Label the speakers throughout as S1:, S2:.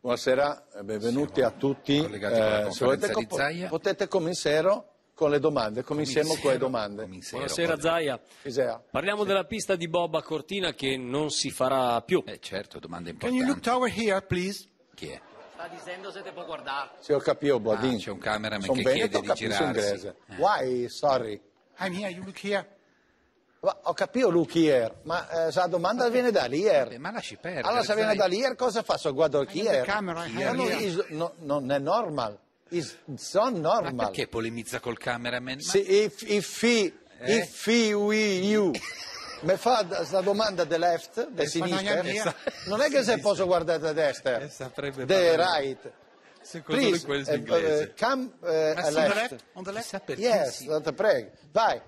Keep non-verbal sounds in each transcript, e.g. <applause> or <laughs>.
S1: Buonasera, eh, benvenuti a tutti.
S2: collegati con la
S1: Eh, se volete
S2: conferenza di
S1: co-
S2: Zaia.
S1: potete cominciare con le domande, cominciamo con le domande.
S3: Buonasera Zaia.
S2: Esatto.
S1: Isea.
S3: Parliamo della pista di Bob a Cortina che non si farà più.
S2: Eh, certo, domanda
S4: Can you look
S2: importante.
S4: over here, please?
S2: Chi è?
S5: Sta dicendo se te può guardare.
S1: Se ho capito, Boadin.
S2: Ah, c'è un cameraman
S1: Son
S2: che
S1: Veneto,
S2: chiede di
S1: capisco
S2: girarsi. Eh.
S1: inglese. Why, sorry.
S4: I'm here. You look here.
S1: Ma ho capito Lukier, ma eh, la domanda viene da
S2: Eh,
S1: Lier.
S2: ma lasci perdere.
S1: Allora, se
S2: dai.
S1: viene da Lier, cosa fa? So guardo
S4: Hai
S1: Kier.
S4: la
S2: eh,
S4: camera, hai la
S1: No, no,
S4: camera.
S1: is- no, non è normal. Is it's not
S2: Ma
S1: normal.
S2: perché polemizza col cameraman? Ma
S1: Se, if, if he,
S2: Eh?
S1: if he, we, you. <laughs> Mi fa la domanda del left, del
S4: fa una
S1: sinistra. Eh,
S4: gambia.
S1: Non è che se posso guardare da destra.
S6: Eh, saprebbe
S1: The
S6: parlare.
S1: right.
S6: Secondo lui
S1: Please,
S6: quello
S1: eh, eh,
S6: inglese.
S1: come eh,
S4: On
S1: a
S4: the
S1: left.
S4: left. On the left.
S2: chissà Oh, perché
S1: Yes, eh,
S2: si-
S1: te prego. Vai.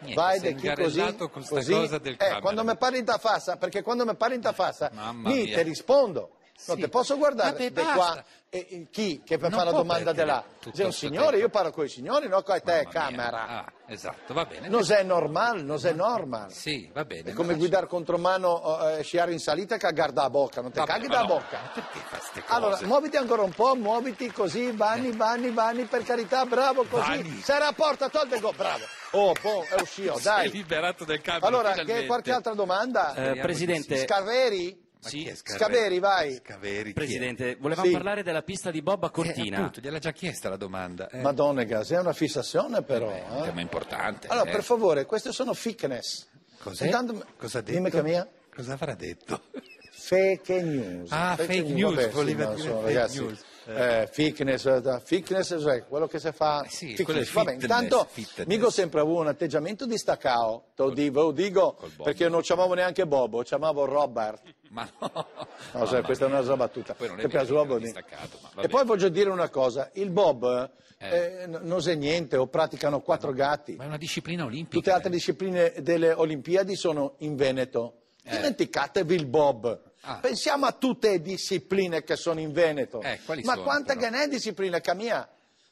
S2: Niente,
S1: Vai
S2: sei
S1: da chi così,
S6: ingarellato con sta
S1: così.
S6: cosa del
S1: Eh,
S6: cameraman.
S1: quando mi parli da fassa, perché quando mi parli da fassa,
S2: Mamma
S1: mi
S2: mia.
S1: ti rispondo. Non
S2: Sì.
S1: ti posso guardare
S2: Vabbè,
S1: da
S2: basta.
S1: qua e, e chi che per
S2: Non
S1: fare la
S2: può
S1: domanda di
S2: perdere
S1: là.
S2: tutto
S1: Sei un
S2: sto
S1: signore,
S2: tempo.
S1: io parlo con i signori, no con te,
S2: Mamma mia.
S1: camera.
S2: Ah, esatto, va bene.
S1: Non è normale, non è normale.
S2: Sì, va bene.
S1: È
S2: ma
S1: come
S2: lasci-
S1: guidare contromano, eh, sciare in salita e cagare da bocca, non ti
S2: Vabbè,
S1: caghi
S2: ma
S1: da
S2: no, ma
S1: bocca.
S2: Perché fa ste cose?
S1: Allora, muoviti ancora un po', muoviti così, vani, vani, vani, per carità, bravo così.
S2: Eh. Vani.
S1: Sei la porta, tolgo il gol, bravo. Oh, boh, è uscito,
S6: Sei
S1: dai.
S6: liberato del camera.
S1: Allora, che
S6: finalmente.
S1: qualche altra domanda?
S3: Eh, Presidente,
S1: Scarveri?
S2: Ma chi è Scarveri?
S1: Scaveri, vai.
S2: Scaveri, chi è?
S3: Presidente, volevamo
S1: Sì.
S3: parlare della pista di Bob a
S2: Eh,
S3: Cortina.
S2: appunto, gliel'ha già chiesta la domanda. Eh,
S1: Madonnega, sei una fissazione però.
S2: è un
S1: eh.
S2: tema importante.
S1: Allora,
S2: eh.
S1: per favore, queste sono fitness.
S2: Cos'è? Cosa ha detto?
S1: Dimmi che mia.
S2: Cosa avrà detto? <laughs>
S1: Fake news.
S6: Ah, fake news,
S1: vabbè, sì,
S6: voleva
S1: ma
S6: dire
S1: insomma,
S6: fake
S1: ragazzi,
S6: news.
S1: eh, fitness, eh, da- fitness, cioè quello che si fa.
S2: Eh sì,
S1: fitness.
S2: quello è
S1: Vabbè,
S2: fitness,
S1: intanto,
S2: fitness.
S1: Migo sempre avevo un atteggiamento di staccao, te lo dico, ve lo dico,
S2: Bobo.
S1: perché io non chiamavo neanche Bobo, chiamavo Robert.
S2: Ma no.
S1: No, sai,
S2: Mamma
S1: questa è
S2: mia.
S1: una sola battuta.
S2: Ah, Poi non è
S1: Che
S2: vero
S1: piace
S2: che era
S1: Bobo, niente.
S2: distaccato, ma va
S1: E
S2: bene.
S1: poi voglio dire una cosa, il Bob
S2: Eh. Ah,
S1: eh, n- non sa niente, o praticano quattro gatti.
S2: Ma è una disciplina olimpica.
S1: Tutte le altre discipline delle Olimpiadi sono in Veneto. Dimenticatevi il Bob.
S2: Eh. Ah.
S1: Pensiamo a tutte le discipline che sono in Veneto.
S2: Eh, quali
S1: Ma
S2: sono,
S1: quanta
S2: però?
S1: che ne è disciplina, Camia?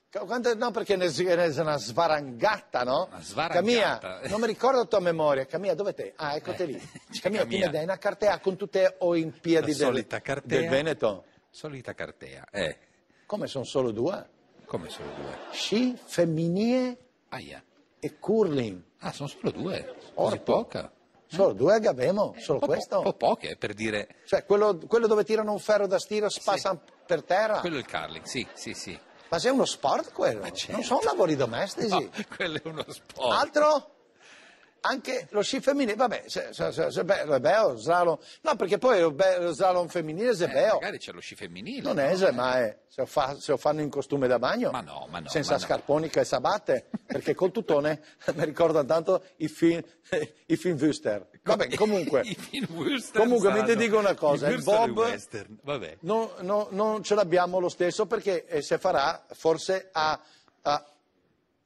S1: Ca- quante- no, perché ne, ne è una svarangata, no?
S2: Una svarangata.
S1: Camia,
S2: Eh,
S1: non mi ricordo la tua memoria. Camia, dove te? Ah, eccote lì.
S2: c'è
S1: Camia, tu
S2: Camia.
S1: mi dai una cartea con tutte le Olimpiadi
S6: La
S1: del,
S6: solita cartea.
S1: del Veneto.
S2: Solita cartea. Eh,
S1: Come sono solo due?
S2: come solo due?
S1: Sci, femminile
S2: Aia.
S1: e curling.
S2: Ah, sono solo due. Così
S1: Orto.
S2: poca.
S1: Solo due che abbiamo, solo
S2: Un po' po-
S1: questo.
S2: Un po' poche, eh, per dire...
S1: Cioè, quello, quello dove tirano un ferro da stiro spassano per terra.
S2: Quello è il curling, sì, sì, sì.
S1: Ma sei uno sport quello?
S2: certo.
S1: Non sono lavori domestici.
S2: No, <laughs> quello è uno sport.
S1: Altro? Anche lo sci femminile, vabbè, se, se, se, se be- è bello, slalom. No, perché poi lo be- lo slalom femminile se
S2: Eh,
S1: beo.
S2: magari c'è lo sci femminile.
S1: Non
S2: no? <laughs> eh.
S1: è se, ma è, se, lo fa- se lo fanno in costume da bagno.
S2: Ma no, ma no,
S1: Senza
S2: ma no.
S1: scarponi e sabate, perché col tutone <laughs> mi ricorda tanto i film, <laughs> i film Wüster. Vabbè, comunque.
S2: <laughs>
S6: I film western
S1: Comunque, mi
S6: saranno-
S1: ti dico una cosa,
S6: i
S1: il
S6: western e i
S1: Bob-
S6: western, vabbè.
S1: No, no, non ce l'abbiamo lo stesso perché eh, se farà forse a, a-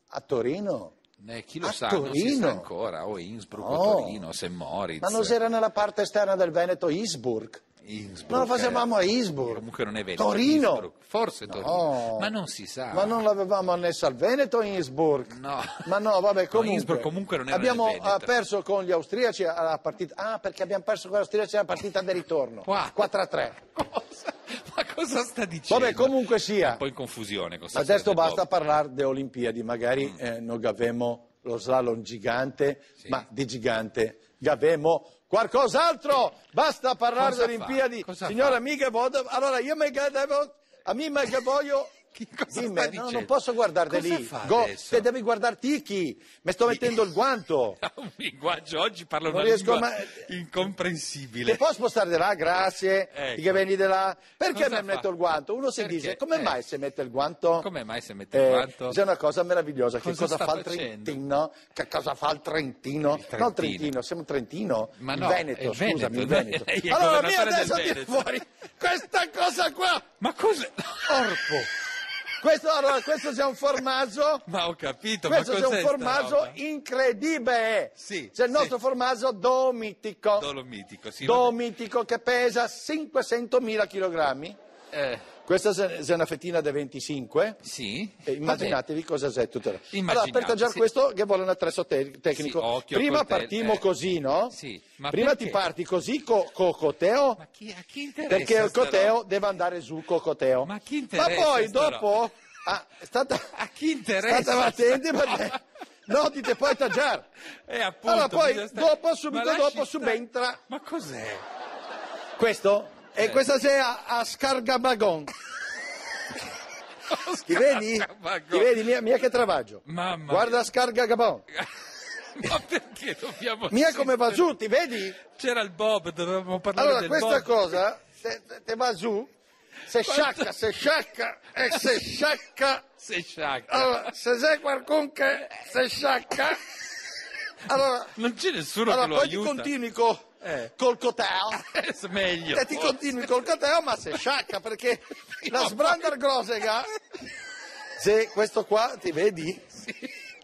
S1: a Torino.
S2: Eh, chi lo
S1: A
S2: sa, non si
S1: Torino.
S2: sa ancora. O Innsbruck,
S1: No.
S2: o Torino, se Moritz.
S1: Ma non era nella parte esterna del Veneto, Innsbruck?
S2: Innsbruck,
S1: Non lo facevamo a
S2: eh.
S1: Innsbruck.
S2: Comunque non è vero.
S1: Torino.
S2: Innsbruck, Forse
S1: No.
S2: Torino. Ma non si sa.
S1: Ma non l'avevamo annessa al Veneto Innsbruck?
S2: No.
S1: Ma no, vabbè, comunque.
S2: Innsbruck comunque non era
S1: abbiamo
S2: nel Veneto.
S1: eh, perso con gli austriaci alla partita. Ah, perché abbiamo perso con gli austriaci alla partita di ritorno.
S2: Qua.
S1: 4 a 3.
S2: Cosa? Ma cosa sta dicendo?
S1: Vabbè, comunque sia.
S2: È Un po' in confusione con sta
S1: Adesso
S2: storia
S1: basta
S2: del
S1: parlare di Olimpiadi,
S2: Mm.
S1: magari eh, non gavemo lo slalom gigante, ma di gigante gavemo Qualcos'altro? Basta parlare
S2: Cosa
S1: delle
S2: fa?
S1: Olimpiadi.
S2: Cosa
S1: Signora,
S2: fa?
S1: mica voglio... Allora, io mica devo... A me mica voglio...
S2: <laughs> Che cosa
S1: Dimmi,
S2: sta
S1: no,
S2: dicendo?
S1: non posso guardarti
S2: Cosa
S1: lì.
S2: fa
S1: Go-
S2: adesso?
S1: te devi guardarti Tiki. Mi sto mettendo il guanto.
S2: Ha un linguaggio oggi parla
S1: Non
S2: una
S1: riesco
S2: lingua
S1: mai-
S2: incomprensibile.
S1: Ti può spostare di là? Grazie.
S2: Ecco.
S1: Che vieni di là? Perché
S2: Cosa
S1: mi
S2: fa?
S1: metto il guanto? Uno si
S2: Perché?
S1: dice, come
S2: Eh.
S1: mai se mette il guanto? Eh,
S2: Come mai se mette il guanto?
S1: C'è una cosa meravigliosa, che
S2: Cosa
S1: cosa
S2: sta
S1: fa il
S2: facendo?
S1: Trentino? Che cosa fa il Trentino?
S2: Il
S1: Non il
S2: Trentino.
S1: Trentino, siamo Trentino?
S2: Ma
S1: il
S2: no, è
S1: Veneto,
S2: il
S1: scusami,
S2: Veneto,
S1: il
S2: lei-
S1: Veneto.
S2: lei è <laughs> il
S1: Allora mi
S2: governatore del
S1: adesso tira
S2: Veneto.
S1: fuori questa cosa qua,
S2: Ma cos'è?
S1: corpo. Questo, allora, questo sia un formaggio...
S2: Ma ho capito,
S1: Questo
S2: ma
S1: è
S2: cos'è
S1: un
S2: sta
S1: formaggio
S2: roba?
S1: incredibile.
S2: Sì,
S1: C'è il
S2: sì.
S1: nostro formaggio domitico.
S2: dolomitico, sì.
S1: domitico che pesa 500.000 kg.
S2: vabbè. Eh,
S1: Questa se- se è una fettina da 25.
S2: sì.
S1: E immaginatevi cosa sei tutta la- Allora,
S2: Immaginate,
S1: per taggiare
S2: sì.
S1: questo, che vuole un attrezzo te-
S2: Sì,
S1: tecnico.
S2: occhio
S1: Prima
S2: col te-
S1: partiamo
S2: eh.
S1: così, no?
S2: Sì, ma
S1: Prima
S2: perché?
S1: ti parti così co- co- coteo.
S2: Ma chi, a chi interessa?
S1: Perché il
S2: sta
S1: coteo
S2: roba?
S1: deve andare su col coteo.
S2: Ma chi interessa
S1: Ma poi
S2: sta
S1: dopo. Ah,
S2: <laughs>
S1: stata,
S2: A chi interessa
S1: Stata attenti
S2: sta
S1: perché.
S2: <laughs> roba?
S1: No, ti te puoi taggiare.
S2: Eh, appunto,
S1: allora poi
S2: bisogna stare-
S1: dopo, subito
S2: Ma lasci
S1: dopo,
S2: stare.
S1: subentra
S2: Ma cos'è?
S1: questo. E
S2: Eh.
S1: questa sera a
S2: <laughs>
S1: Scargabagon. Ti vedi? Ti vedi? Mia, mia che travaglio.
S2: Mamma mia.
S1: Guarda Scargabagon.
S2: Ma <laughs> perché dobbiamo...
S1: Mia come va
S2: assistere?
S1: giù, ti vedi?
S2: C'era il Bob, dovevamo parlare
S1: Allora
S2: del
S1: questa
S2: Bob.
S1: cosa, se, se- te va giù, se sciacca, se sciacca, e se sciacca...
S2: Sei sciacca.
S1: Allora, se c'è qualcuno che se
S2: <laughs>
S1: sciacca... Allora,
S2: non c'è nessuno
S1: allora
S2: che lo
S1: poi ti
S2: aiuta.
S1: continui co-
S2: Eh.
S1: col coteo.
S2: Eh, meglio.
S1: E ti
S2: forse.
S1: continui col cateo, ma se sciacca <laughs> perché la
S2: No,
S1: Sbrander Grosega. Se questo qua ti vedi?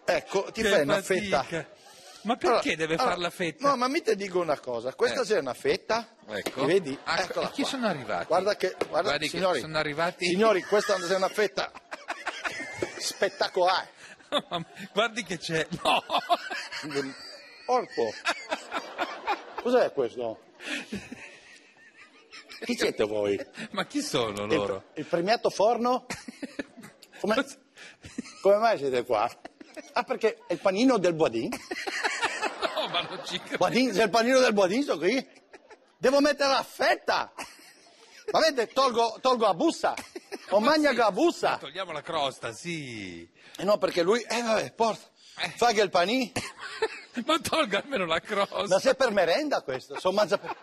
S1: Ecco, ti
S2: Che
S1: fai una
S2: eh, fatica.
S1: fetta.
S2: Ma perché
S1: Allora,
S2: deve
S1: allora,
S2: far la fetta?
S1: No, ma mi te dico una cosa, questa
S2: Eh.
S1: c'è una fetta.
S2: Ecco.
S1: Ti vedi?
S2: Ah,
S1: Eccola
S2: e chi
S1: qua.
S2: sono arrivati?
S1: Guarda che guarda,
S2: Guardi che
S1: signori,
S2: sono arrivati- <laughs>
S1: Signori, questa è una fetta spettacolare.
S2: Guardi che c'è. No, <laughs>
S1: Orpo. Cos'è questo? Chi siete voi?
S2: ma chi sono
S1: Il,
S2: loro?
S1: il premiato forno? <laughs> Come,
S2: Cosa-
S1: come mai siete qua? Ah, perché è il panino del Boadin?
S2: No, Oh, ma non ci credo.
S1: Boadin, c'è il panino del Boadin, sono qui. Devo mettere la fetta. Ma vedete, tolgo, tolgo la <laughs> bussa. O magna la bussa.
S2: Togliamo la crosta, sì.
S1: E no, perché lui, eh vabbè, porta. Fa che il panino.
S2: Ma tolga almeno la crosta.
S1: Ma se è per merenda questo, so mangia per...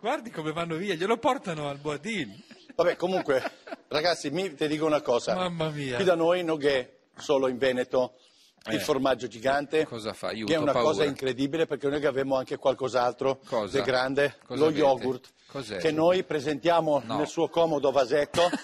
S2: Guardi come vanno via, glielo portano al Boadin.
S1: Vabbè, comunque, ragazzi, mi, ti dico una cosa.
S2: Mamma mia.
S1: Qui da noi non è solo in Veneto il
S2: Eh.
S1: formaggio gigante.
S2: Cosa fa? Aiuto,
S1: che è una
S2: ho paura.
S1: cosa incredibile perché noi che abbiamo anche qualcos'altro
S2: Cosa?
S1: di grande,
S2: Cosa
S1: lo
S2: avete?
S1: yogurt.
S2: Cos'è?
S1: Che noi presentiamo
S2: No.
S1: nel suo comodo vasetto.
S2: <laughs>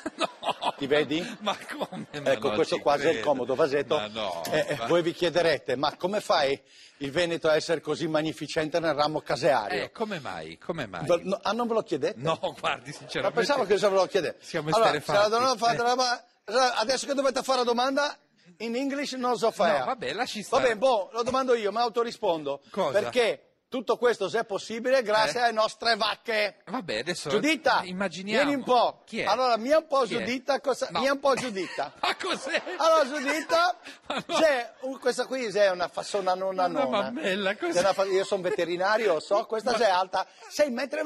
S2: No.
S1: Ti vedi?
S2: Ma come? Ma
S1: Ecco,
S2: non
S1: questo
S2: ci
S1: qua è il
S2: credo.
S1: comodo vasetto.
S2: Ma no.
S1: Eh, eh,
S2: ma-
S1: Voi vi chiederete, ma come fai il Veneto a essere così magnificente nel ramo caseario?
S2: Eh, come mai? Come mai?
S1: Ve- no, ah, non ve lo chiedete?
S2: No, <laughs> guardi,
S1: Ma
S2: sinceramente.
S1: pensavo che se ve lo chiedete.
S2: Siamo Eh.
S1: allora, se la
S2: esterefatti.
S1: donna fa- fa- fa- adesso che dovete fare la domanda, in English non so fare.
S2: No, vabbè, lasci
S1: Va
S2: stare.
S1: bene, boh, lo domando io, ma autorispondo.
S2: Cosa?
S1: Perché tutto questo, se è possibile, grazie
S2: Eh?
S1: alle nostre vacche.
S2: Vabbè, adesso
S1: Giuditta,
S2: immaginiamo.
S1: vieni un po'.
S2: Chi è?
S1: Allora, mia un po'
S2: Chi è?
S1: Giuditta, cosa-
S2: No.
S1: mia un po' Giuditta.
S2: <laughs> Ma cos'è?
S1: Allora, Giuditta,
S2: <laughs> Ma no.
S1: c'è un- questa qui è una fassona nonna
S2: Una
S1: nonna.
S2: mammella, cos'è?
S1: È una fa- io sono veterinario, so, questa c'è alta 6,24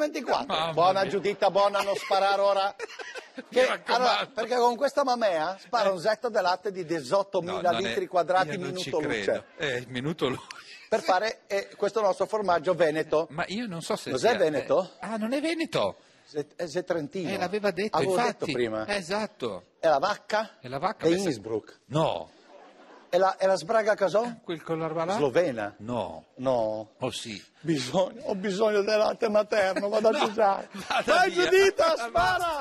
S2: Mamma
S1: Buona
S2: mia.
S1: Giuditta, buona, non sparare ora. Che-
S2: <laughs> Mi raccomando.
S1: allora, perché con questa mamea spara un setto di latte di 18.000
S2: No, non è-
S1: litri quadrati
S2: io non ci
S1: minuto luce
S2: credo. Eh, minuto luce.
S1: per fare eh, questo nostro formaggio veneto.
S2: <laughs> Ma io non so se
S1: Cos'è
S2: sia-
S1: Veneto?
S2: eh, ah, non è Veneto.
S1: Se, eh, se Trentino.
S2: Eh, l'aveva detto,
S1: Avevo
S2: infatti.
S1: detto prima.
S2: Eh, esatto.
S1: È la vacca?
S2: È la vacca,
S1: È
S2: beh, se-
S1: Innsbruck.
S2: No.
S1: È la, è la sbraga casò?
S2: Quel con l'arba là?
S1: Slovena.
S2: No.
S1: No.
S2: Oh sì.
S1: Bisogno- ho bisogno del latte materno, vado a
S2: <laughs> No,
S1: Giugiaro.
S2: vada
S1: Dai
S2: via.
S1: Giuditta, spara!